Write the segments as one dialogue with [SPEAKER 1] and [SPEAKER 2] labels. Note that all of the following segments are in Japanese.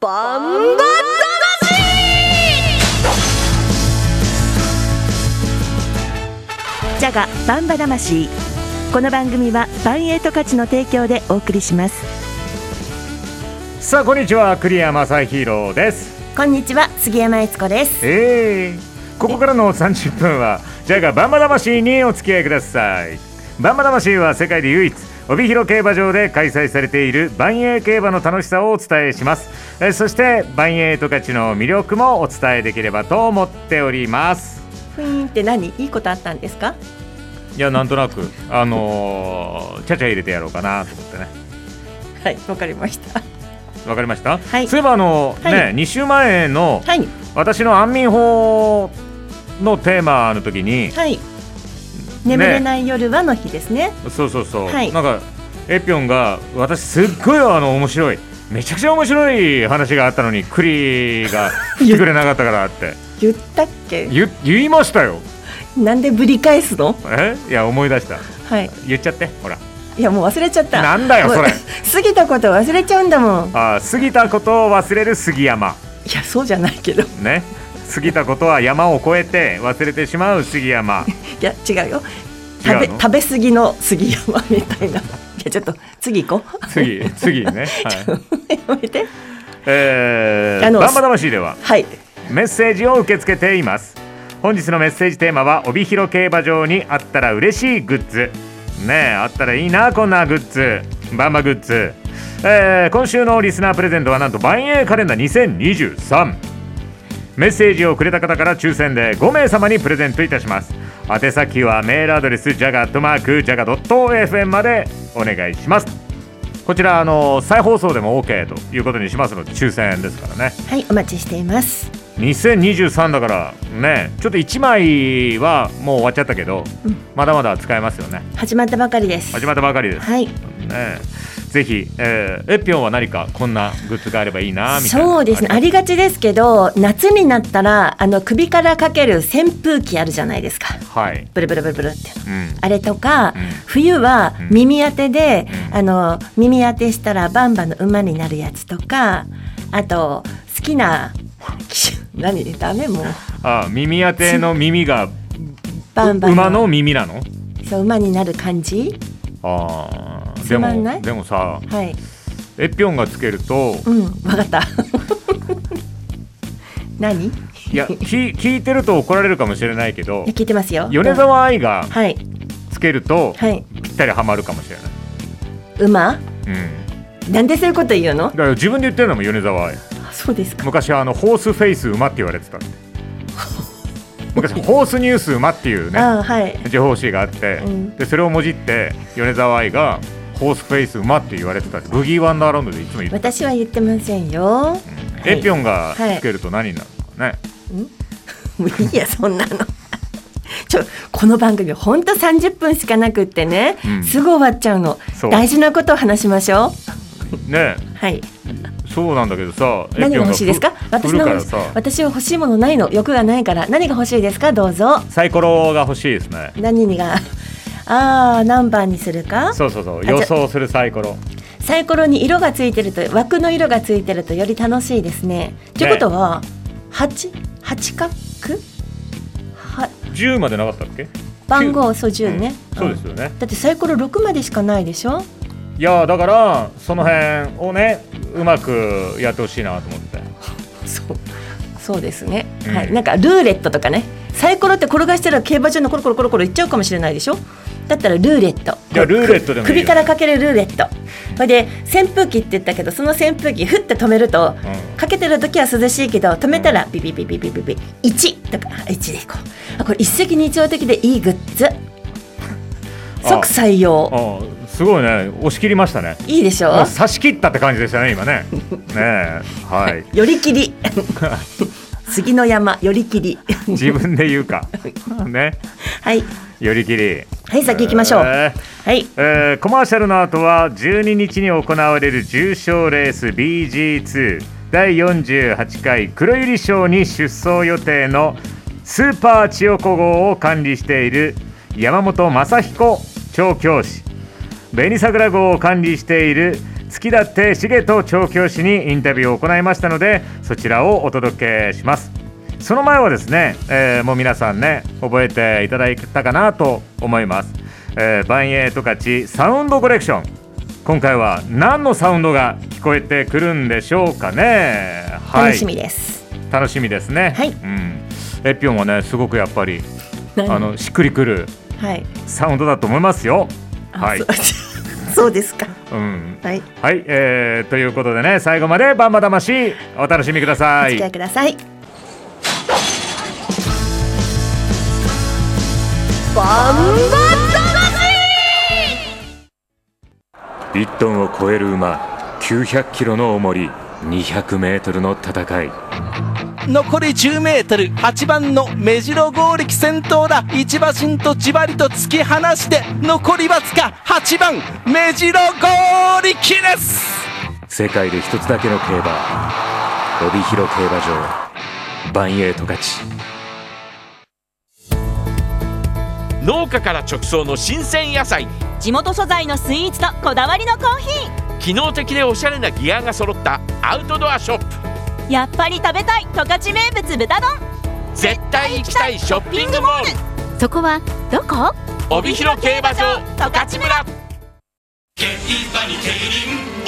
[SPEAKER 1] バンバ
[SPEAKER 2] ジャガバンバ魂この番組はバンエイト価値の提供でお送りします
[SPEAKER 3] さあこんにちは栗山正宏です
[SPEAKER 2] こんにちは杉山悦子です
[SPEAKER 3] えー、ここからの30分はジャガバンバ魂にお付き合いくださいバンバ魂は世界で唯一帯広競馬場で開催されている万栄競馬の楽しさをお伝えしますえーそして万栄十勝の魅力もお伝えできればと思っております
[SPEAKER 1] ふいーんって何いいことあったんですか
[SPEAKER 3] いやなんとなくあのー、ちゃちゃ入れてやろうかなと思ってね
[SPEAKER 1] はいわかりました
[SPEAKER 3] わかりました、
[SPEAKER 1] はい
[SPEAKER 3] そういえばあの、
[SPEAKER 1] はい
[SPEAKER 3] ね2週前の
[SPEAKER 1] はい
[SPEAKER 3] 私の安眠法のテーマの時に、
[SPEAKER 1] はい眠れない夜はの日ですね
[SPEAKER 3] そうそうそう、
[SPEAKER 1] はい
[SPEAKER 3] なんかエピョンが私すっごいあの面白いめちゃくちゃ面白い話があったのにクリ が来てくれなかったからって
[SPEAKER 1] 言ったっけ
[SPEAKER 3] 言言いましたよ
[SPEAKER 1] なんでぶり返すの
[SPEAKER 3] えいや思い出した
[SPEAKER 1] はい
[SPEAKER 3] 言っちゃってほら
[SPEAKER 1] いやもう忘れちゃった
[SPEAKER 3] なんだよ
[SPEAKER 1] もう
[SPEAKER 3] それ
[SPEAKER 1] 過ぎたこと忘れちゃうんだもんい
[SPEAKER 3] あー過ぎたことを忘れる杉山
[SPEAKER 1] やそうじゃないけど
[SPEAKER 3] ね過ぎたことは山を越えて忘れてしまう杉山
[SPEAKER 1] いや違うよ
[SPEAKER 3] 違
[SPEAKER 1] 食べ
[SPEAKER 3] うの
[SPEAKER 1] 食べ過ぎの杉山みた いないやちょっと次行こう
[SPEAKER 3] 次次 ね、はい
[SPEAKER 1] やめて
[SPEAKER 3] え
[SPEAKER 1] あ
[SPEAKER 3] ー、
[SPEAKER 1] の
[SPEAKER 3] バンバ魂では
[SPEAKER 1] はい
[SPEAKER 3] メッセージを受け付けています本日のメッセージテーマは帯広競馬場にあったら嬉しいグッズねえあったらいいなこんなグッズバンバグッズ、えー今週のリスナープレゼントはなんと万英カレンダー2023メッセージをくれた方から抽選で5名様にプレゼントいたします宛先はメールアドレスジャガットマークジャガ .fm までお願いしますこちらあの再放送でも OK ということにしますので抽選ですからね
[SPEAKER 1] はいお待ちしています
[SPEAKER 3] 2023だからねちょっと1枚はもう終わっちゃったけど、まだまだ使えますよね
[SPEAKER 1] 始まったばかりです
[SPEAKER 3] 始まったばかりです、
[SPEAKER 1] はい
[SPEAKER 3] ねぜひ、えー、エピオンは何かこんなグッズがあればいいなみたいな
[SPEAKER 1] そうですねありがちですけど夏になったらあの首からかける扇風機あるじゃないですか
[SPEAKER 3] はい、
[SPEAKER 1] ブルブルブルブルって
[SPEAKER 3] うん、
[SPEAKER 1] あれとか、
[SPEAKER 3] うん
[SPEAKER 1] 冬は
[SPEAKER 3] うん
[SPEAKER 1] 耳当てで、
[SPEAKER 3] うん
[SPEAKER 1] あの耳当てしたらバンバの馬になるやつとかあと好きな 機種何ダメもう
[SPEAKER 3] あ耳当ての耳が
[SPEAKER 1] バンバ
[SPEAKER 3] 馬の耳なの
[SPEAKER 1] そう馬になる感じ
[SPEAKER 3] あー
[SPEAKER 1] つ
[SPEAKER 3] で
[SPEAKER 1] まんない
[SPEAKER 3] もでもさ
[SPEAKER 1] はい
[SPEAKER 3] エピオンがつけると
[SPEAKER 1] うんわかった 何い
[SPEAKER 3] いや聞聞いてると怒られるかもしれないけ
[SPEAKER 1] や
[SPEAKER 3] ど
[SPEAKER 1] 聞いてますよ
[SPEAKER 3] 米沢愛が
[SPEAKER 1] はい
[SPEAKER 3] つけると
[SPEAKER 1] はい
[SPEAKER 3] ぴったりはまるかもしれない、
[SPEAKER 1] 馬
[SPEAKER 3] うん
[SPEAKER 1] なんでそういうこと言うの
[SPEAKER 3] だから自分で言ってるのも米沢愛
[SPEAKER 1] あそうですか
[SPEAKER 3] 昔あのホースフェイス馬って言われてた って昔ホースニュース馬っていうね
[SPEAKER 1] ああはい
[SPEAKER 3] 情報誌があって、
[SPEAKER 1] うん
[SPEAKER 3] でそれをもじって米沢愛がホースフェイス馬って言われてたってブギーワンダーランドでいつも言ってた、
[SPEAKER 1] 私は言ってませんよい
[SPEAKER 3] エピョンがつけると何になるのかね、
[SPEAKER 1] もういいやそんなの ちょこの番組ほんと30分しかなくってね、
[SPEAKER 3] うん
[SPEAKER 1] すぐ終わっちゃうの
[SPEAKER 3] そう
[SPEAKER 1] 大事なことを話しましょう
[SPEAKER 3] ね
[SPEAKER 1] はい
[SPEAKER 3] そうなんだけどさエピョン
[SPEAKER 1] 何が欲しいですか
[SPEAKER 3] がふ
[SPEAKER 1] 私
[SPEAKER 3] 振る
[SPEAKER 1] の
[SPEAKER 3] からさ
[SPEAKER 1] 私は欲しいものないの欲がないから何が欲しいですかどうぞ
[SPEAKER 3] サイコロが欲しいですね
[SPEAKER 1] 何が あー何番にするか
[SPEAKER 3] そうそうそう
[SPEAKER 1] じゃ
[SPEAKER 3] 予想するサイコロ
[SPEAKER 1] サイコロに色がついてると枠の色がついてるとより楽しいですね。ということは八八角は
[SPEAKER 3] 10までなかったっけ
[SPEAKER 1] 番号そう十ね、
[SPEAKER 3] うんそうですよね、
[SPEAKER 1] うんだってサイコロ六までしかないでしょ。
[SPEAKER 3] いやーだからその辺をねうまくやってほしいなと思って
[SPEAKER 1] そうそうですね。
[SPEAKER 3] うん
[SPEAKER 1] はいなんかルーレットとかねサイコロって転がしたら競馬場のコロコロコロコロいっちゃうかもしれないでしょ。だったらルーレット。
[SPEAKER 3] いやルーレットでもいいよ
[SPEAKER 1] 首からかけるルーレット。それで扇風機って言ったけどその扇風機ふって止めると
[SPEAKER 3] うん
[SPEAKER 1] かけてる時は涼しいけど止めたらビビビビビビビ1とか1でいこうあこれ一石二鳥的でいいグッズ即採用
[SPEAKER 3] ああすごいね押し切りましたね
[SPEAKER 1] いいでしょ
[SPEAKER 3] もう差し切ったって感じでしたね今 ねねえはい
[SPEAKER 1] 寄り切り杉の山寄り切り
[SPEAKER 3] 自分で言うかね
[SPEAKER 1] はい
[SPEAKER 3] 寄り切り
[SPEAKER 1] はい先行きましょう、
[SPEAKER 3] えー
[SPEAKER 1] はい
[SPEAKER 3] えーコマーシャルの後は12日に行われる重賞レース BG2 第48回黒百合賞に出走予定のスーパー千代子号を管理している山本雅彦調教師紅桜号を管理している月だって重と調教師にインタビューを行いましたのでそちらをお届けしますその前はですね、えーもう皆さんね覚えていただいたかなと思います、えー、バンエイトカチサウンドコレクション今回は何のサウンドが聞こえてくるんでしょうかねはい
[SPEAKER 1] 楽しみです。
[SPEAKER 3] 楽しみですね
[SPEAKER 1] はい
[SPEAKER 3] うん、エピオンはねすごくやっぱり
[SPEAKER 1] 何
[SPEAKER 3] あのしっくりくる
[SPEAKER 1] はい。
[SPEAKER 3] サウンドだと思いますよ
[SPEAKER 1] あ
[SPEAKER 3] はい
[SPEAKER 1] そう そうですか。
[SPEAKER 3] うん
[SPEAKER 1] はい。
[SPEAKER 3] はい、えー、ということでね最後までバンバ魂お楽しみくだ
[SPEAKER 1] お
[SPEAKER 3] さ
[SPEAKER 1] 付
[SPEAKER 3] い
[SPEAKER 1] き合いください。バン
[SPEAKER 4] 1トンを超える馬900キロの重り200メートルの戦い
[SPEAKER 5] 残り 10m8 番の目白剛力先頭だ一馬身とじわりと突き放して残りわずか8番目白剛力です
[SPEAKER 4] 世界で一つだけの競馬帯広競馬場バンエイト勝ち
[SPEAKER 6] 農家から直送の新鮮野菜
[SPEAKER 7] 地元素材のスイーツとこだわりのコーヒ
[SPEAKER 6] 機能的でおしゃれなギアが揃ったアウトドアショップ
[SPEAKER 7] ーやっぱり食べたい十勝名物豚丼
[SPEAKER 6] 絶対行きたいショッピングモール
[SPEAKER 7] そこはどこ
[SPEAKER 6] 帯広競馬場十勝村
[SPEAKER 8] 競馬に競輪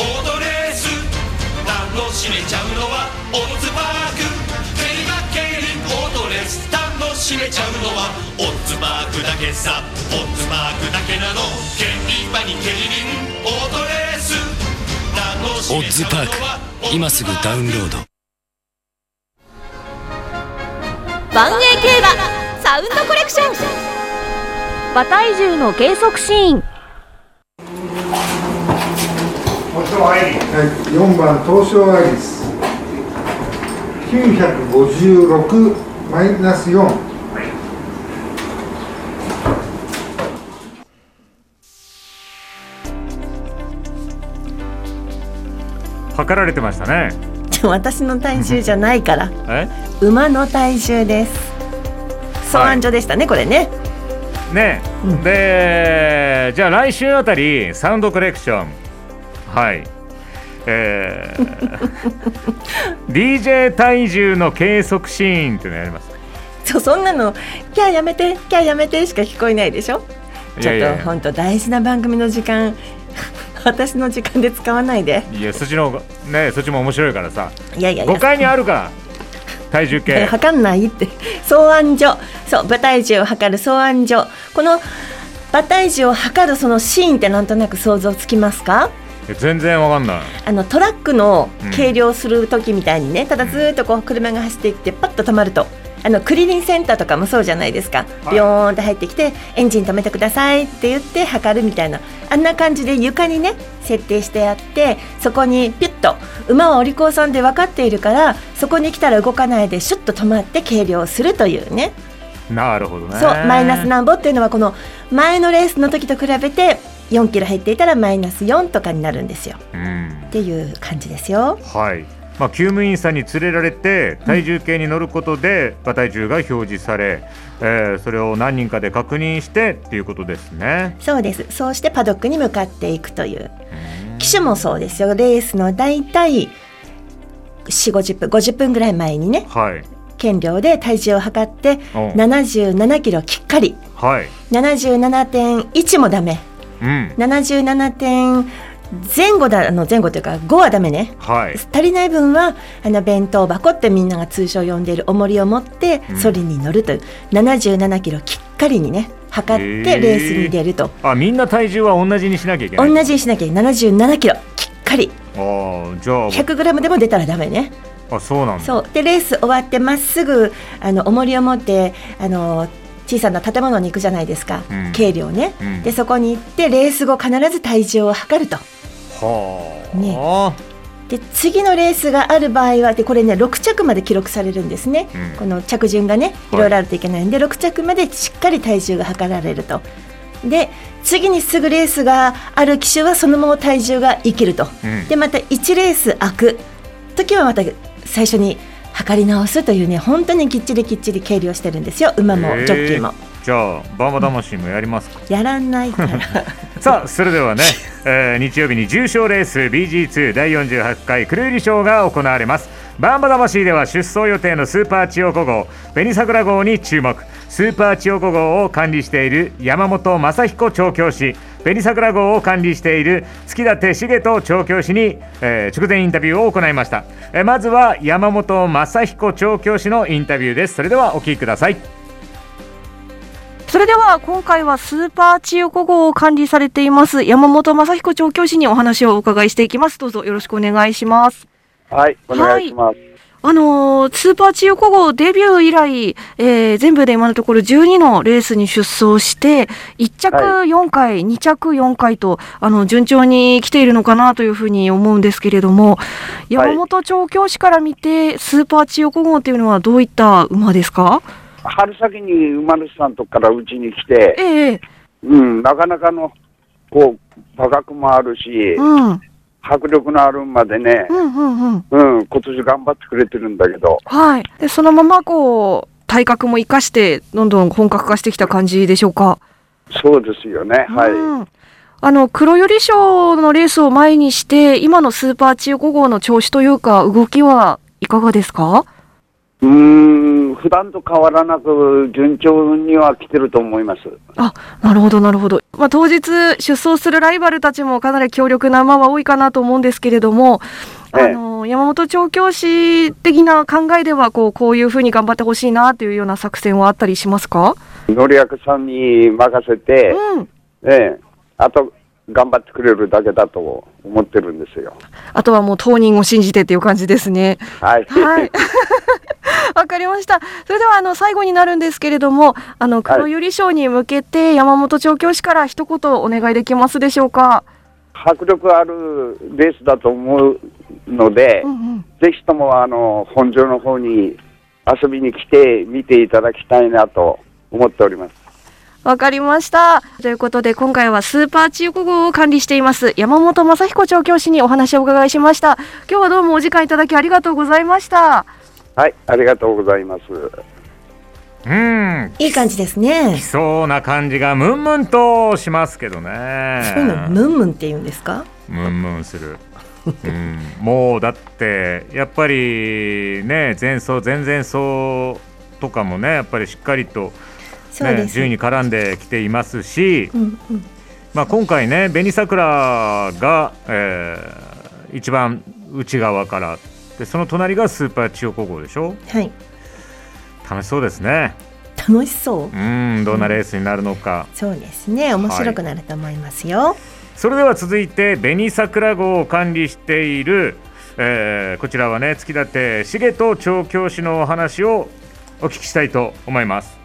[SPEAKER 8] オートレース楽しめちゃうのはオッズパーク競馬競輪オートレース楽しめちゃうのはオッズパークだけさオッズパークだけなの競馬に競輪オートレース楽しめちゃうのはオッズパーク今すぐダウンロード
[SPEAKER 7] 万栄競馬サウンドコレクション馬体重の計測シーン
[SPEAKER 9] はい、4番東証アイリス956マイナス4
[SPEAKER 3] 測られてましたね
[SPEAKER 1] 私の体重じゃないから。
[SPEAKER 3] え
[SPEAKER 1] 馬の体重です。相談所でしたね、これね。
[SPEAKER 3] ねえ、でじゃあ来週あたりサウンドコレクションはいえ ー、DJ 体重の計測シーンっていうのやります
[SPEAKER 1] そうそんなの「キャーやめてキャーやめて」しか聞こえないでしょ
[SPEAKER 3] いやい
[SPEAKER 1] ちょ
[SPEAKER 3] や
[SPEAKER 1] っと本当大事な番組の時間 私の時間で使わないで
[SPEAKER 3] いやそっちの方がねそっちも面白いからさ
[SPEAKER 1] いやいやい
[SPEAKER 3] 5
[SPEAKER 1] や
[SPEAKER 3] 階にあるから 体重計
[SPEAKER 1] 測んないって草案所そう馬体重を測る草案所この馬体重を測るそのシーンってなんとなく想像つきますか
[SPEAKER 3] 全然わかんない
[SPEAKER 1] あのトラックの計量する時みたいにね、ただずーっとこう車が走っていってパッと止まるとあのクリリンセンターとかもそうじゃないですか、ビヨーンって入ってきてエンジン止めてくださいって言って測るみたいなあんな感じで床にね設定してあってそこにピュッと馬はお利口さんで分かっているからそこに来たら動かないでシュッと止まって計量するというね
[SPEAKER 3] なるほどね
[SPEAKER 1] そうマイナスなんぼっていうのはこの前のレースの時と比べて4キロ減っていたらマイナス4とかになるんですよ
[SPEAKER 3] うん
[SPEAKER 1] っていう感じですよ。
[SPEAKER 3] はい、まあ、救務員さんに連れられて体重計に乗ることで馬体重が表示され、えーそれを何人かで確認してっていうことですね。
[SPEAKER 1] そうです。そうしてパドックに向かっていくという。機種もそうですよ。レースの大体4、50分、50分ぐらい前にね、
[SPEAKER 3] はい、
[SPEAKER 1] 減量で体重を測って、
[SPEAKER 3] お
[SPEAKER 1] 77キロきっかり。
[SPEAKER 3] はい、
[SPEAKER 1] 77.1もダメ。
[SPEAKER 3] うん、
[SPEAKER 1] 77. 点前後だ、あの前後というか5はダメね。
[SPEAKER 3] はい、
[SPEAKER 1] 足りない分はあの弁当箱ってみんなが通称呼んでいる重りを持って
[SPEAKER 3] うん
[SPEAKER 1] それに乗るという、77キロきっかりにね測ってレースに出ると、
[SPEAKER 3] あ、みんな体重は同じにしなきゃいけない。
[SPEAKER 1] 同じにしなきゃ77キロきっかり
[SPEAKER 3] あーじゃあ
[SPEAKER 1] 100グラムでも出たらダメね
[SPEAKER 3] あ、そうなんだ。
[SPEAKER 1] そうでレース終わってまっすぐあの重りを持ってあの小さな建物に行くじゃないですか、
[SPEAKER 3] うん
[SPEAKER 1] 軽量ね、
[SPEAKER 3] うん
[SPEAKER 1] でそこに行ってレース後必ず体重を測ると
[SPEAKER 3] は
[SPEAKER 1] で次のレースがある場合はでこれね6着まで記録されるんですね、
[SPEAKER 3] うん
[SPEAKER 1] この着順がね
[SPEAKER 3] はい
[SPEAKER 1] いろいろあるといけないんで、6着までしっかり体重が測られるとで次にすぐレースがある騎手はそのまま体重が生きると、
[SPEAKER 3] うん
[SPEAKER 1] でまた1レース空く時はまた最初に測り直すというね本当にきっちりきっちり計量してるんですよ馬も
[SPEAKER 3] へー
[SPEAKER 1] ジョッキーも。
[SPEAKER 3] あ、じゃあバーマ魂もやりますか、
[SPEAKER 1] やらない から
[SPEAKER 3] さあそれで はね、えー日曜日に重賞レース BG2 第48回クルーリ賞が行われますバンバ魂では出走予定のスーパーチヨコ号紅桜号に注目スーパーチヨコ号を管理している山本雅彦調教師紅桜号を管理している月立茂人調教師に、えー直前インタビューを行いました、えーまずは山本雅彦調教師のインタビューですそれではお聞きください
[SPEAKER 10] それでは今回はスーパーチヨコ号を管理されています山本雅彦調教師にお話をお伺いしていきます。どうぞよろしくお願いします。
[SPEAKER 8] はい、お願いします。
[SPEAKER 10] あのースーパーチヨコ号デビュー以来、えー全部で今のところ12のレースに出走して、1着4回、2着4回と、あの、順調に来ているのかなというふうに思うんですけれども、山本調教師から見て、スーパーチヨコ号というのはどういった馬ですか
[SPEAKER 8] 春先に馬主さんとこからうちに来て、
[SPEAKER 10] ええ
[SPEAKER 8] うん、なかなかの、こう、馬鹿もあるし、
[SPEAKER 10] うん。
[SPEAKER 8] 迫力のある馬でね、
[SPEAKER 10] うん、うん、うん。
[SPEAKER 8] うん、今年頑張ってくれてるんだけど、
[SPEAKER 10] はい。で、そのままこう、体格も生かして、どんどん本格化してきた感じでしょうか。
[SPEAKER 8] そうですよね、はい。
[SPEAKER 10] うんあの、黒寄り賞のレースを前にして、今のスーパーチー5号の調子というか、動きはいかがですか
[SPEAKER 8] うーん、普段と変わらなく、順調には来てると思います。
[SPEAKER 10] あ、なるほど、なるほど。まあ、当日出走するライバルたちもかなり強力な馬は多いかなと思うんですけれども、
[SPEAKER 8] え
[SPEAKER 10] あの、山本調教師的な考えでは、こう、こういうふうに頑張ってほしいなというような作戦はあったりしますか
[SPEAKER 8] 乗り役さんに任せて、
[SPEAKER 10] うん。
[SPEAKER 8] ええ、あと、頑張ってくれるだけだと思ってるんですよ。
[SPEAKER 10] あとはもう当人を信じてっていう感じですね。
[SPEAKER 8] はい。
[SPEAKER 10] はい。わかりました。それでは、あの、最後になるんですけれども、あの、黒百合賞に向けて、山本調教師から一言お願いできますでしょうか。
[SPEAKER 8] 迫力あるレースだと思うので、
[SPEAKER 10] うんうん。
[SPEAKER 8] ぜひともあの本場の方に遊びに来て見ていただきたいなと思っております。
[SPEAKER 10] わかりました。ということで、今回はスーパーチーコ号を管理しています、山本雅彦調教師にお話をお伺いしました。今日はどうもお時間いただきありがとうございました。
[SPEAKER 8] はい、ありがとうございます。
[SPEAKER 3] うん
[SPEAKER 1] いい感じですね
[SPEAKER 3] 来そうな感じがムンムンとしますけどね
[SPEAKER 1] そういうのムンムンって言うんですか
[SPEAKER 3] ムンムンする、うん、もうだってやっぱりね前走前々走とかもねやっぱりしっかりと、
[SPEAKER 1] そう
[SPEAKER 3] ね
[SPEAKER 1] です
[SPEAKER 3] 順位に絡んできていますし、
[SPEAKER 1] うんうん
[SPEAKER 3] まあ、今回ね紅桜が、えー一番内側からでその隣がスーパー千代高校でしょ
[SPEAKER 1] はい
[SPEAKER 3] 楽しそうですね
[SPEAKER 1] 楽しそう
[SPEAKER 3] うんどんなレースになるのか、
[SPEAKER 1] そうですね面白くなると思いますよ
[SPEAKER 3] それでは続いて紅桜号を管理している、えーこちらはね月立茂人調教師のお話をお聞きしたいと思います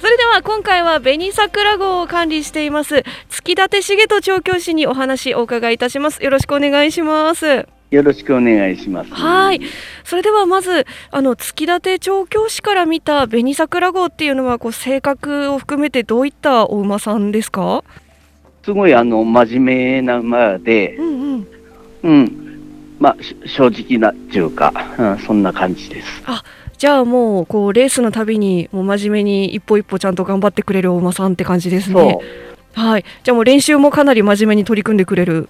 [SPEAKER 10] それでは今回は紅桜号を管理しています月立茂人調教師にお話をお伺いいたしますよろしくお願いします
[SPEAKER 5] よろしくお願いします。
[SPEAKER 10] はいそれではまずあの月立調教師から見た紅桜号っていうのはこう性格を含めてどういったお馬さんですか
[SPEAKER 5] すごいあの真面目な馬で
[SPEAKER 10] う、んうん
[SPEAKER 5] うん、まあし正直なっていうか、うん、そんな感じです。
[SPEAKER 10] じゃあもうこうレースのたびにもう真面目に一歩一歩ちゃんと頑張ってくれるお馬さんって感じです
[SPEAKER 5] そう、
[SPEAKER 10] ねはいじゃあもう練習もかなり真面目に取り組んでくれる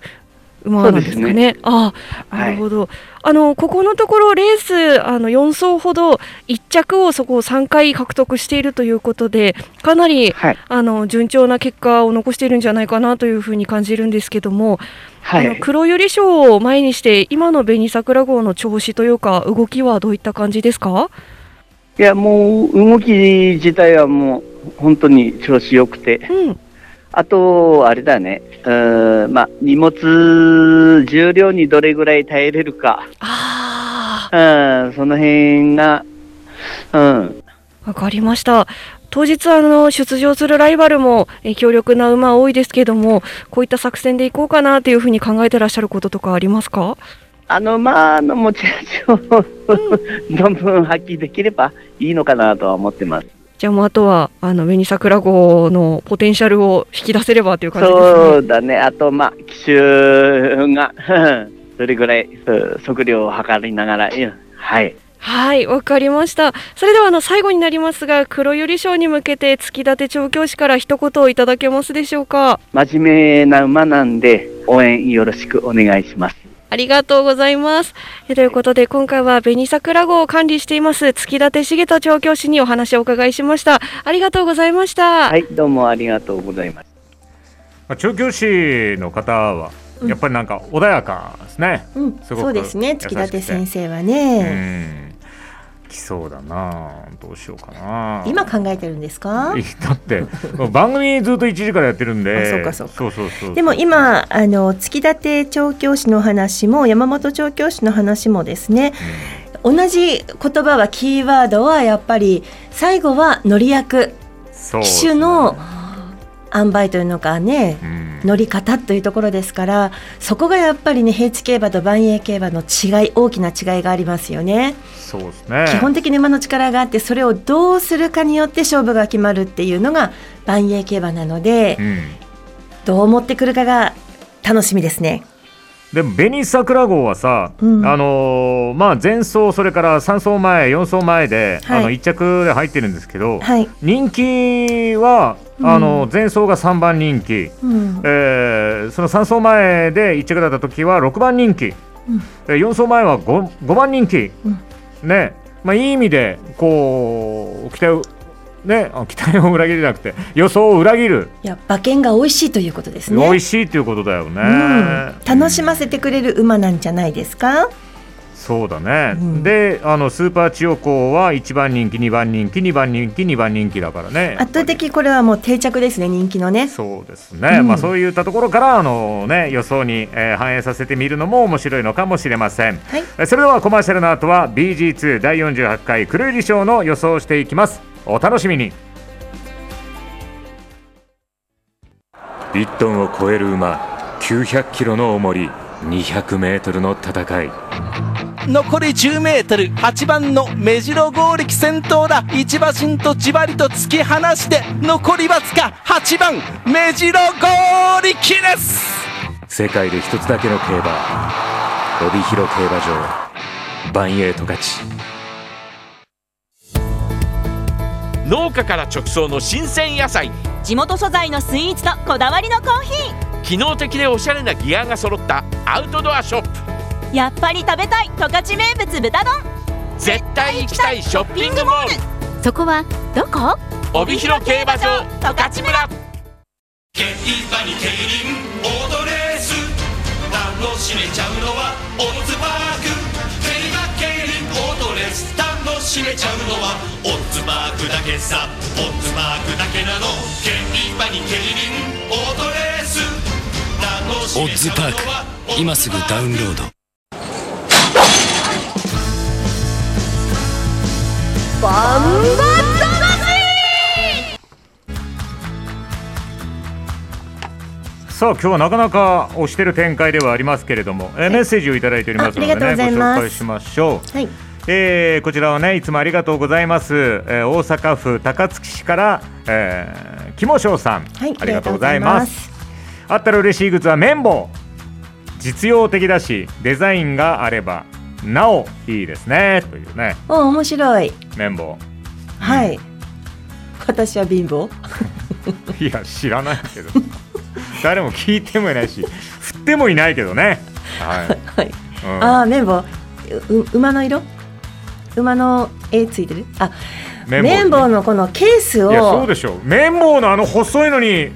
[SPEAKER 10] 馬なんですか
[SPEAKER 5] そうです
[SPEAKER 10] ねああな
[SPEAKER 5] は
[SPEAKER 10] る
[SPEAKER 5] い、
[SPEAKER 10] ほど、あのここのところレースあの4走ほど1着をそこを3回獲得しているということでかなり
[SPEAKER 5] はい、
[SPEAKER 10] あの順調な結果を残しているんじゃないかなというふうに感じるんですけども、
[SPEAKER 5] は
[SPEAKER 10] あの
[SPEAKER 5] い。
[SPEAKER 10] 黒百合賞を前にして今の紅桜号の調子というか動きはどういった感じですか
[SPEAKER 5] いやもう動き自体はもう本当に調子良くて、
[SPEAKER 10] うん
[SPEAKER 5] あとあれだね、うんまあ荷物重量にどれぐらい耐えれるか、
[SPEAKER 10] あ
[SPEAKER 5] うん、その辺が、うん、
[SPEAKER 10] ーわかりました当日あの出場するライバルもえー強力な馬多いですけどもこういった作戦でいこうかなというふうに考えてらっしゃることとかありますか
[SPEAKER 5] あのまあの持ち味を存分発揮できればいいのかなとは思ってます。
[SPEAKER 10] じゃあもうあとはあの紅桜号のポテンシャルを引き出せればという感じです
[SPEAKER 5] そ
[SPEAKER 10] ね。
[SPEAKER 5] うだね、あと、まあ、 機種がどれぐらいそう測量を測りながら、うんはい。
[SPEAKER 10] はい、わかりました。それではあの最後になりますが、黒百合賞に向けて月立調教師から一言をいただけますでしょうか。
[SPEAKER 5] 真面目な馬なんで、応援よろしくお願いします。
[SPEAKER 10] ありがとうございます。えということで今回は紅桜号を管理しています月立茂田調教師にお話をお伺いしました。ありがとうございました。
[SPEAKER 5] はい、どうもありがとうございます。
[SPEAKER 3] まあ調教師の方はやっぱりなんか穏やかですね、
[SPEAKER 1] うん、
[SPEAKER 3] すごく
[SPEAKER 1] そうですね
[SPEAKER 3] 優しく
[SPEAKER 1] 月
[SPEAKER 3] て
[SPEAKER 1] 立先生はね、
[SPEAKER 3] うん来そうだなどうしようかな
[SPEAKER 1] 今考えてるんですか
[SPEAKER 3] い だってもう番組ずっと1時からやってるんで
[SPEAKER 1] あそうかそうか
[SPEAKER 3] そうそうそう
[SPEAKER 1] でも今あの月立調教師の話も山本調教師の話もですね、同じ言葉はキーワードはやっぱり最後は乗り役
[SPEAKER 3] そう
[SPEAKER 1] 機種の塩梅というのかね、乗り方というところですからそこがやっぱりね平地競馬と万栄競馬の違い大きな違いがありますよね。
[SPEAKER 3] そうですね
[SPEAKER 1] 基本的に馬の力があってそれをどうするかによって勝負が決まるっていうのが万栄競馬なので、
[SPEAKER 3] うん
[SPEAKER 1] どう持ってくるかが楽しみですね。
[SPEAKER 3] でも紅桜号はさ、
[SPEAKER 1] うん
[SPEAKER 3] あのーまあ前走それから3走前4走前で、
[SPEAKER 1] はい
[SPEAKER 3] あの1着で入ってるんですけど、
[SPEAKER 1] はい
[SPEAKER 3] 人気はあの前走が3番人気、
[SPEAKER 1] うん
[SPEAKER 3] えーその3走前で1着だった時は6番人気、えー4走前は 5, 5番人気、ねまあ、いい意味でこう期待を、ね、あ期待を裏切りじゃなくて予想を裏切る、
[SPEAKER 1] いや馬券が美味しいということですね。
[SPEAKER 3] 美味しいということだよ
[SPEAKER 1] う
[SPEAKER 3] ね。
[SPEAKER 1] ん、楽しませてくれる馬なんじゃないですか。
[SPEAKER 3] そうだね、であのスーパー千代子は1番人気2番人気2番人気2番人気だからね
[SPEAKER 1] 圧倒的これはもう定着ですね人気のね。
[SPEAKER 3] そうですね、まあ、そういったところからあの、ね、予想に、えー反映させてみるのも面白いのかもしれません、えーそれではコマーシャルの後は BG2 第48回クルーリ賞の予想をしていきますお楽しみに
[SPEAKER 11] 1トンを超える馬900キロの重り200メートルの戦い
[SPEAKER 12] 残り10メートル8番の目白剛力先頭だ一馬身とじわりと突き放して残りわずか8番目白剛力です
[SPEAKER 11] 世界で一つだけの競馬帯広競馬場万栄十勝
[SPEAKER 13] 農家から直送の新鮮野菜
[SPEAKER 7] 地元素材のスイーツとこだわりのコーヒ
[SPEAKER 13] 機能的でおしゃれなギアが揃ったアウトドアショップ
[SPEAKER 7] ーやっぱり食べたい十勝名物豚丼
[SPEAKER 13] 絶対行きたいショッピングモール
[SPEAKER 7] そこはどこ
[SPEAKER 13] 帯広競馬場
[SPEAKER 7] 十勝村
[SPEAKER 6] 競馬に競輪オートレース楽しめちゃうのはオッズパーク競馬競輪オートレース楽しめちゃうのはオッズパークだけさオッズパークだけなの競馬に競輪オートレース楽し
[SPEAKER 14] オッ
[SPEAKER 6] めち
[SPEAKER 14] ズ
[SPEAKER 6] ゃう
[SPEAKER 14] パー
[SPEAKER 6] の
[SPEAKER 14] ク
[SPEAKER 6] は
[SPEAKER 14] 今すぐダウンロード
[SPEAKER 6] バン
[SPEAKER 3] さあ今日はなかなか押してる展開ではありますけれども、えーメッセージをいただいておりますので、ね、
[SPEAKER 1] あありがとうございます
[SPEAKER 3] ご紹介しましょう、
[SPEAKER 1] はい
[SPEAKER 3] えーこちらはねいつもありがとうございます、えー大阪府高槻市から、えー、キモショウさん、
[SPEAKER 1] はい
[SPEAKER 3] ありがとうございますあったら嬉しいグッズは綿棒実用的だしデザインがあればなおいいですねというね
[SPEAKER 1] お面白い。
[SPEAKER 3] 綿棒
[SPEAKER 1] はい。私は貧乏。
[SPEAKER 3] いや知らない けど誰も聞いてもいないし振ってもいないけどねはい、うん
[SPEAKER 1] ああ綿棒。うう馬の色？馬の絵ついてる？あ、
[SPEAKER 3] 綿棒ですね
[SPEAKER 1] 綿棒のこのケースを。
[SPEAKER 3] いやそうでしょ綿棒のあの細いのにう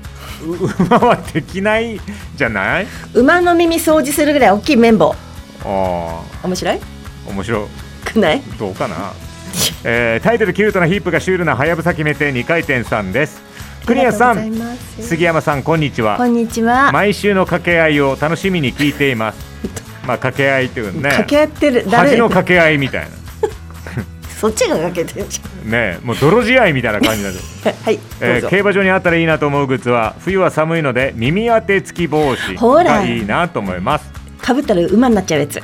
[SPEAKER 3] 馬はできないじゃない
[SPEAKER 1] 馬の耳掃除するぐらい大きい綿棒。
[SPEAKER 3] あ
[SPEAKER 1] 面白い？
[SPEAKER 3] あ面白
[SPEAKER 1] くない？
[SPEAKER 3] どうかな、 えータイトル「キュートなヒップがシュールなはやぶさ決めて」2回転さんですクリアさ
[SPEAKER 1] ありがとうござ
[SPEAKER 3] ん
[SPEAKER 1] います
[SPEAKER 3] 杉山さんこんにちは
[SPEAKER 1] こんにちは。
[SPEAKER 3] 毎週の掛け合いを楽しみに聞いています まあ掛け合いっていうね
[SPEAKER 1] 掛け合ってる。
[SPEAKER 3] 恥
[SPEAKER 1] 誰
[SPEAKER 3] の掛け合いみたいな
[SPEAKER 1] そっちが掛けてるじ
[SPEAKER 3] ねもう泥仕合みたいな感じなんで す
[SPEAKER 1] ゃん。 はい。
[SPEAKER 3] えー
[SPEAKER 1] どうぞ
[SPEAKER 3] 競馬場にあったらいいなと思うグッズは冬は寒いので耳当て付き帽子
[SPEAKER 1] ほら
[SPEAKER 3] がいいなと思います
[SPEAKER 1] かぶったら馬になっちゃうやつ。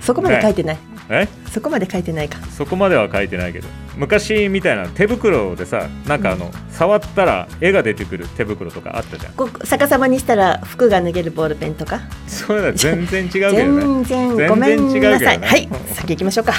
[SPEAKER 1] そこまで書いてない。
[SPEAKER 3] え
[SPEAKER 1] そこまで書いてないか
[SPEAKER 3] そこまでは書いてないけど昔みたいな手袋でさなんかあの、触ったら絵が出てくる手袋とかあったじゃん
[SPEAKER 1] こう逆さまにしたら服が脱げるボールペンとか
[SPEAKER 3] それは全然違うけどね
[SPEAKER 1] 全然ごめん
[SPEAKER 3] 全然違
[SPEAKER 1] な
[SPEAKER 3] うけ
[SPEAKER 1] さい
[SPEAKER 3] どね
[SPEAKER 1] はい先行きましょうか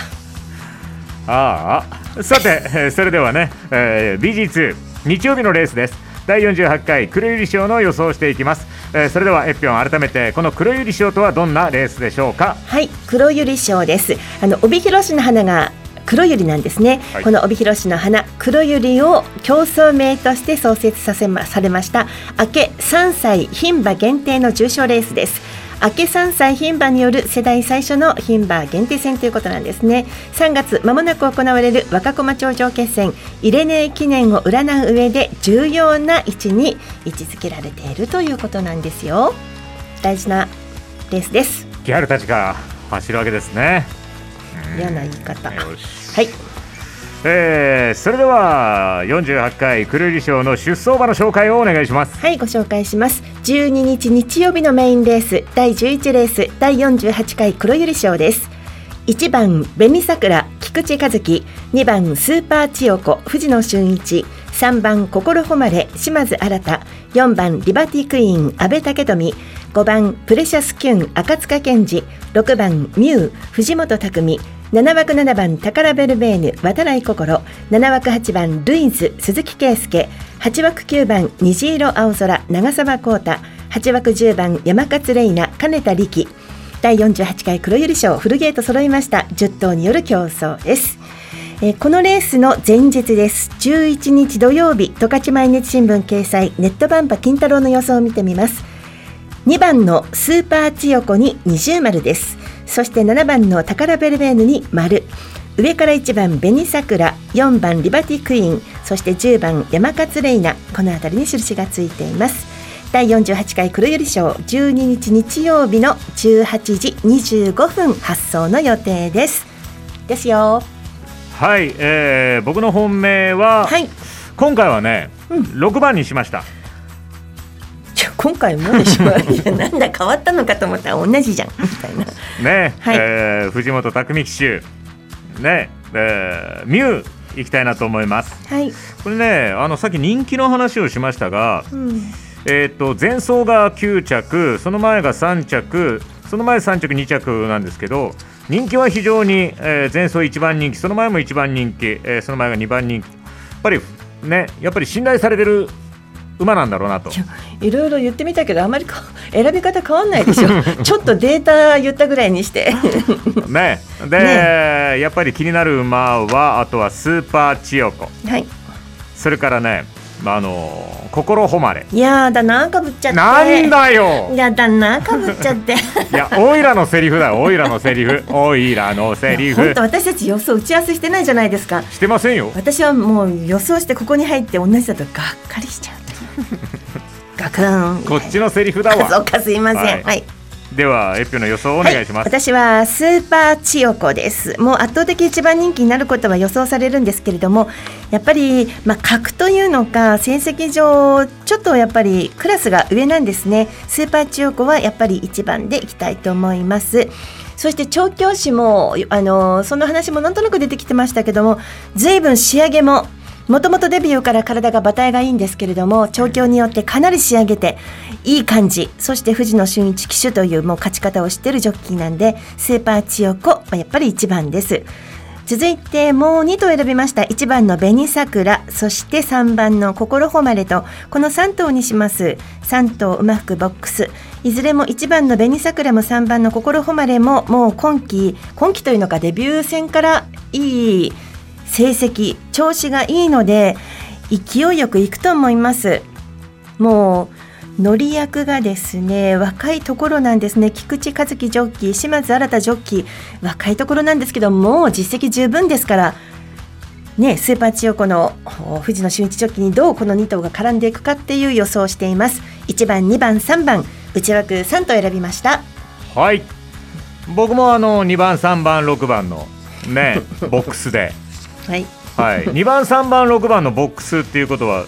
[SPEAKER 3] ああさてえーそれではね、えー、BG2 日曜日のレースです第48回黒百合賞の予想をしていきます、えーそれではエッピョン改めてこの黒百合賞とはどんなレースでしょうか
[SPEAKER 1] はい黒百合賞ですあの帯広市の花が黒百合なんですね、
[SPEAKER 3] はい
[SPEAKER 1] この帯広市の花黒百合を競争名として創設させまされました明け3歳牝馬限定の重賞レースです明け3歳牝馬による世代最初の牝馬限定戦ということなんですね3月まもなく行われる若駒頂上決戦イレネー記念を占う上で重要な位置に位置づけられているということなんですよ大事なレースです
[SPEAKER 3] ギャルたちが走るわけですね
[SPEAKER 1] 嫌な言い方はい
[SPEAKER 3] えー、それでは48回黒百合賞の出走馬の紹介をお願いします
[SPEAKER 1] はいご紹介します12日日曜日のメインレース第11レース第48回黒百合賞です1番紅桜菊池和樹2番スーパー千代子藤野俊一3番心誉れ島津新4番リバティクイーン阿部武富5番プレシャスキュン赤塚健二6番ミュウ藤本拓海7枠7番タカラベルベーヌ渡来心7枠8番ルイズ鈴木圭介8枠9番虹色青空長澤浩太8枠10番山勝玲奈金田力第48回黒百合賞フルゲート揃いました10頭による競争です、えーこのレースの前日です11日土曜日十勝毎日新聞掲載ネットバンパ金太郎の予想を見てみます2番のスーパー千代子に二重丸ですそして7番のタカラベルベーヌに丸上から1番紅桜4番リバティクイーンそして10番山勝レイナこの辺りに印がついています第48回黒百合賞12日日曜日の18時25分発送の予定ですですよ
[SPEAKER 3] はい、えー、僕の本命は、今回はね、6番にしました
[SPEAKER 1] 今回 もでしょいやなんだ変わったのかと思ったら同じじゃん
[SPEAKER 3] ね、
[SPEAKER 1] はい
[SPEAKER 3] えー藤本拓海騎手ねえー、ミュウ行きたいなと思います
[SPEAKER 1] はい、
[SPEAKER 3] これねあのさっき人気の話をしましたが、
[SPEAKER 1] うん、
[SPEAKER 3] えー、と前走が9着その前が3着その前3着2着なんですけど人気は非常に、えー前走1番人気その前も1番人気、えーその前が2番人気やっぱりねやっぱり信頼されてる馬なんだろうなと
[SPEAKER 1] いろいろ言ってみたけどあまりか 選び方変わんないでし ょちょっとデータ言ったぐらいにして
[SPEAKER 3] ねでやっぱり気になる馬はあとはスーパー千代子
[SPEAKER 1] はい
[SPEAKER 3] それからねあのー心誉れ
[SPEAKER 1] いやーだなかぶっちゃって
[SPEAKER 3] なんだよ
[SPEAKER 1] やだなかぶっちゃって
[SPEAKER 3] いやオイラのセリフだよオイラのセ リフオイラのセリ
[SPEAKER 1] 本
[SPEAKER 3] フ
[SPEAKER 1] 当私たち予想打ち合わせしてないじゃないですか
[SPEAKER 3] してませんよ
[SPEAKER 1] 私はもう予想してここに入って同じだとがっかりしちゃう ガクン
[SPEAKER 3] こっちのセリフだ わ
[SPEAKER 1] そうかすいません
[SPEAKER 3] はい
[SPEAKER 1] はい
[SPEAKER 3] ではエッピョの予想をお願いします、
[SPEAKER 1] 私はスーパー千代子ですもう圧倒的一番人気になることは予想されるんですけれどもやっぱり、まあ、格というのか成績上ちょっとやっぱりクラスが上なんですねスーパー千代子はやっぱり一番でいきたいと思いますそして調教師もあのその話もなんとなく出てきてましたけども随分仕上げももともとデビューから体が馬体がいいんですけれども調教によってかなり仕上げていい感じそして藤野俊一騎手というもう勝ち方を知ってるジョッキーなんでスーパー千代子まあやっぱり一番です続いてもう2頭選びました1番の紅桜そして3番の心誉れとこの3頭にします3頭うまくボックスいずれも1番の紅桜も3番の心誉れももう今季今季というのかデビュー戦からいい成績調子がいいので勢いよくいくと思いますもう乗り役がですね若いところなんですね菊池和樹ジョッキー島津新ジョッキー若いところなんですけどもう実績十分ですからね、スーパー千代子のお藤野俊一ジョッキにどうこの2頭が絡んでいくかっていう予想をしています1番2番3番内枠3頭選びました
[SPEAKER 3] はい僕もあの2番3番6番の ねボックスで、
[SPEAKER 1] はい
[SPEAKER 3] はい、2番3番6番のボックスっていうことは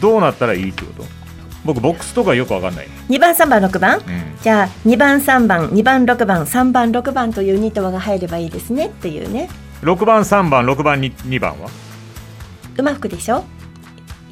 [SPEAKER 3] どうなったらいいってこと僕ボックスとかよくわかんない
[SPEAKER 1] 2番3番6番、じゃあ2番3番2番6番3番6番という2頭が入ればいいですねっていうね
[SPEAKER 3] 6番3番6番 2, 2番は
[SPEAKER 1] 馬服でしょ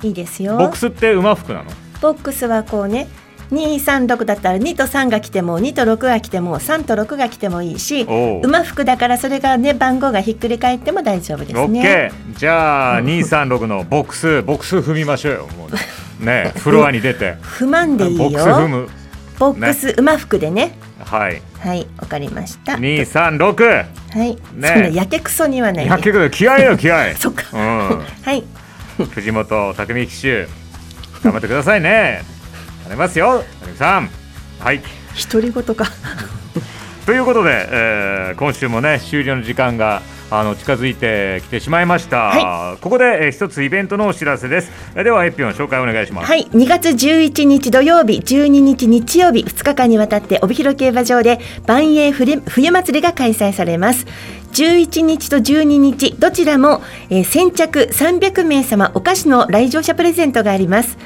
[SPEAKER 1] いいですよ
[SPEAKER 3] ボックスって馬服なの
[SPEAKER 1] ボックスはこうね236だったら2と3が来ても2と6が来ても3と6が来てもいいし
[SPEAKER 3] おう
[SPEAKER 1] 馬服だからそれがね番号がひっくり返っても大丈夫で
[SPEAKER 3] オ
[SPEAKER 1] す
[SPEAKER 3] ッ
[SPEAKER 1] ね
[SPEAKER 3] ケーじゃあ236のボック スボックス踏みましょうよもうねねフロアに出て
[SPEAKER 1] 不満でいいよ
[SPEAKER 3] ボックス踏む
[SPEAKER 1] ボックス、
[SPEAKER 3] ね
[SPEAKER 1] 馬服でね
[SPEAKER 3] はい
[SPEAKER 1] はいわかりましたはい、
[SPEAKER 3] 236
[SPEAKER 1] そん
[SPEAKER 3] ね
[SPEAKER 1] なやけくそにはないい
[SPEAKER 3] や
[SPEAKER 1] で
[SPEAKER 3] 結構気合いよ気合 い
[SPEAKER 1] そっ
[SPEAKER 3] か、
[SPEAKER 1] はい
[SPEAKER 3] うん、藤本匠騎手頑張ってくださいね頼みますよ匠さんはい
[SPEAKER 1] 独り言か
[SPEAKER 3] ということで、えー今週もね終了の時間があの近づいてきてしまいました、ここで、えー一つイベントのお知らせですえーではエッピオン紹介お願いします
[SPEAKER 1] はい、2月11日土曜日、12日日曜日、2日間にわたって帯広競馬場で万栄ふれ冬祭りが開催されます。11日と12日、どちらも、えー先着300名様お菓子の来場者プレゼントがあります。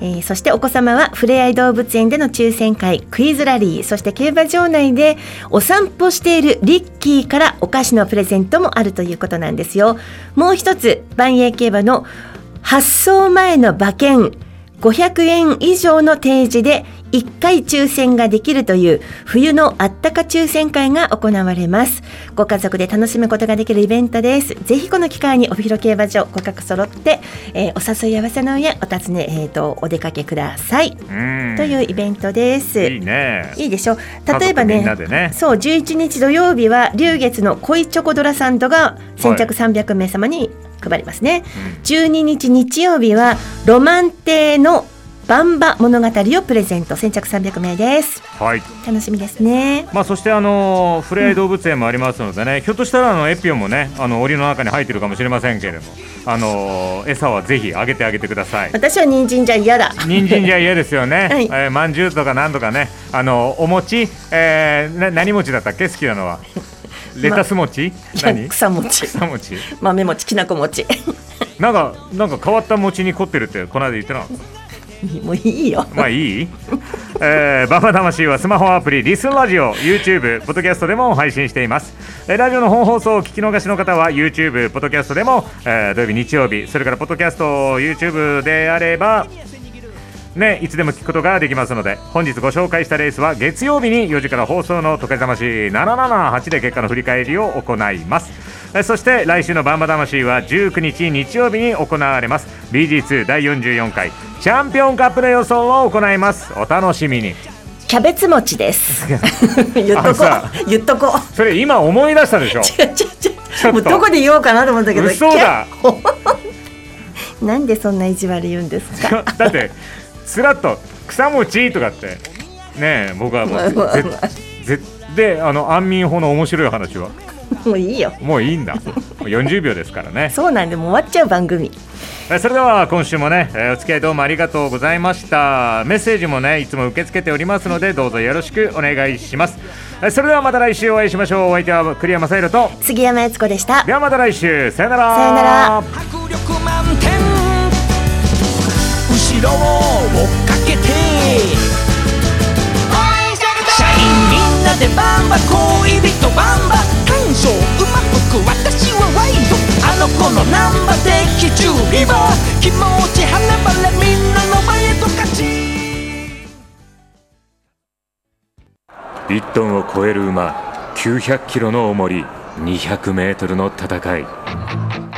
[SPEAKER 1] えーそしてお子様はふれあい動物園での抽選会、クイズラリー、そして競馬場内でお散歩しているリッキーからお菓子のプレゼントもあるということなんですよ。もう一つ、万栄競馬の発送前の馬券500円以上の提示で1回抽選ができるという冬のあったか抽選会が行われますご家族で楽しむことができるイベントですぜひこの機会に帯広競馬場ご家族揃って、えーお誘い合わせの上お尋ね、えー、とお出かけください
[SPEAKER 3] うん
[SPEAKER 1] というイベントです
[SPEAKER 3] いいね
[SPEAKER 1] いいでしょう例えばね
[SPEAKER 3] 家族みんなでね
[SPEAKER 1] そう11日土曜日は龍月の恋チョコドラサンドが先着300名様に配りますね、12日日曜日はロマン亭のバンバ物語をプレゼント先着300名です
[SPEAKER 3] はい
[SPEAKER 1] 楽しみですね
[SPEAKER 3] まあそしてあのーふれあい動物園もありますのでね、ひょっとしたらあのエッピオンもねあの檻の中に入ってるかもしれませんけれどもあのー餌はぜひあげてあげてください
[SPEAKER 1] 私は人参じゃ嫌だ
[SPEAKER 3] 人参じゃ嫌ですよ ね、
[SPEAKER 1] はい
[SPEAKER 3] えー、まんじゅうとかなんとかねあのお餅、えー、な何餅だったっけ好きな のはレタス
[SPEAKER 1] い
[SPEAKER 3] 餅、
[SPEAKER 1] や
[SPEAKER 3] 何
[SPEAKER 1] 草餅
[SPEAKER 3] 草餅
[SPEAKER 1] 豆餅きなこ餅
[SPEAKER 3] なんかなんか変わった餅に凝ってるってこの間言ってなかった
[SPEAKER 1] もういいよ
[SPEAKER 3] まあいいえー、バンバ魂はスマホアプリリスンラジオ YouTube ポッドキャストでも配信しています、えーラジオの本放送をお聞き逃しの方は YouTube ポッドキャストでも、えー土曜日日曜日それからポッドキャスト YouTube であればね、いつでも聞くことができますので本日ご紹介したレースは月曜日に4時から放送の「トカ魂778」で結果の振り返りを行いますえそして来週の「バンバ魂」は19日日曜日に行われます BG2 第44回チャンピオンカップの予想を行いますお楽しみに
[SPEAKER 1] キャベツ餅です 言っとこ
[SPEAKER 3] あのさ
[SPEAKER 1] う言っとこう
[SPEAKER 3] それ今思い出したでしょ
[SPEAKER 1] もうどこで言おうかなと思ったけど
[SPEAKER 3] 嘘だ
[SPEAKER 1] けなんでそんな意地悪言うんですか
[SPEAKER 3] だってつらっと「草餅」とかってねえ僕はもう
[SPEAKER 1] まあまあ
[SPEAKER 3] ぜぜであの安眠法の面白い話は
[SPEAKER 1] もういいよ
[SPEAKER 3] もういいんだ。もう40秒ですからね。
[SPEAKER 1] そうなんでもう終わっちゃう番組
[SPEAKER 3] えそれでは今週もね、えーお付き合いどうもありがとうございました。メッセージもね、いつも受け付けておりますので、どうぞよろしくお願いします。えそれではまた来週お会いしましょう。お相手は栗山聖ロと。
[SPEAKER 1] 杉山悦子でした
[SPEAKER 3] ではまた来週。さよなら。
[SPEAKER 1] さよなら
[SPEAKER 6] 後ろを追っかけて社員みんなでバンバ恋人バンバ感情うまく私はワイドあの子のナンバーで基準リバー気持ち花晴れみんなの前へと勝ち
[SPEAKER 11] 1トンを超える馬900キロの重り200メートルの戦い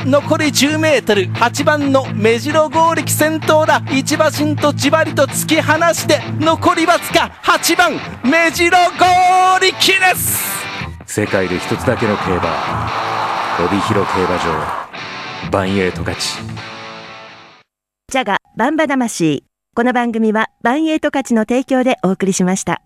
[SPEAKER 12] 残り10メートル8番の目白剛力先頭だ一馬身とじわりと突き放して残りわずか8番目白剛力です
[SPEAKER 11] 世界で一つだけの競馬帯広競馬場万栄十勝
[SPEAKER 2] ジャガバンバ魂この番組はバンエイト勝ちの提供でお送りしました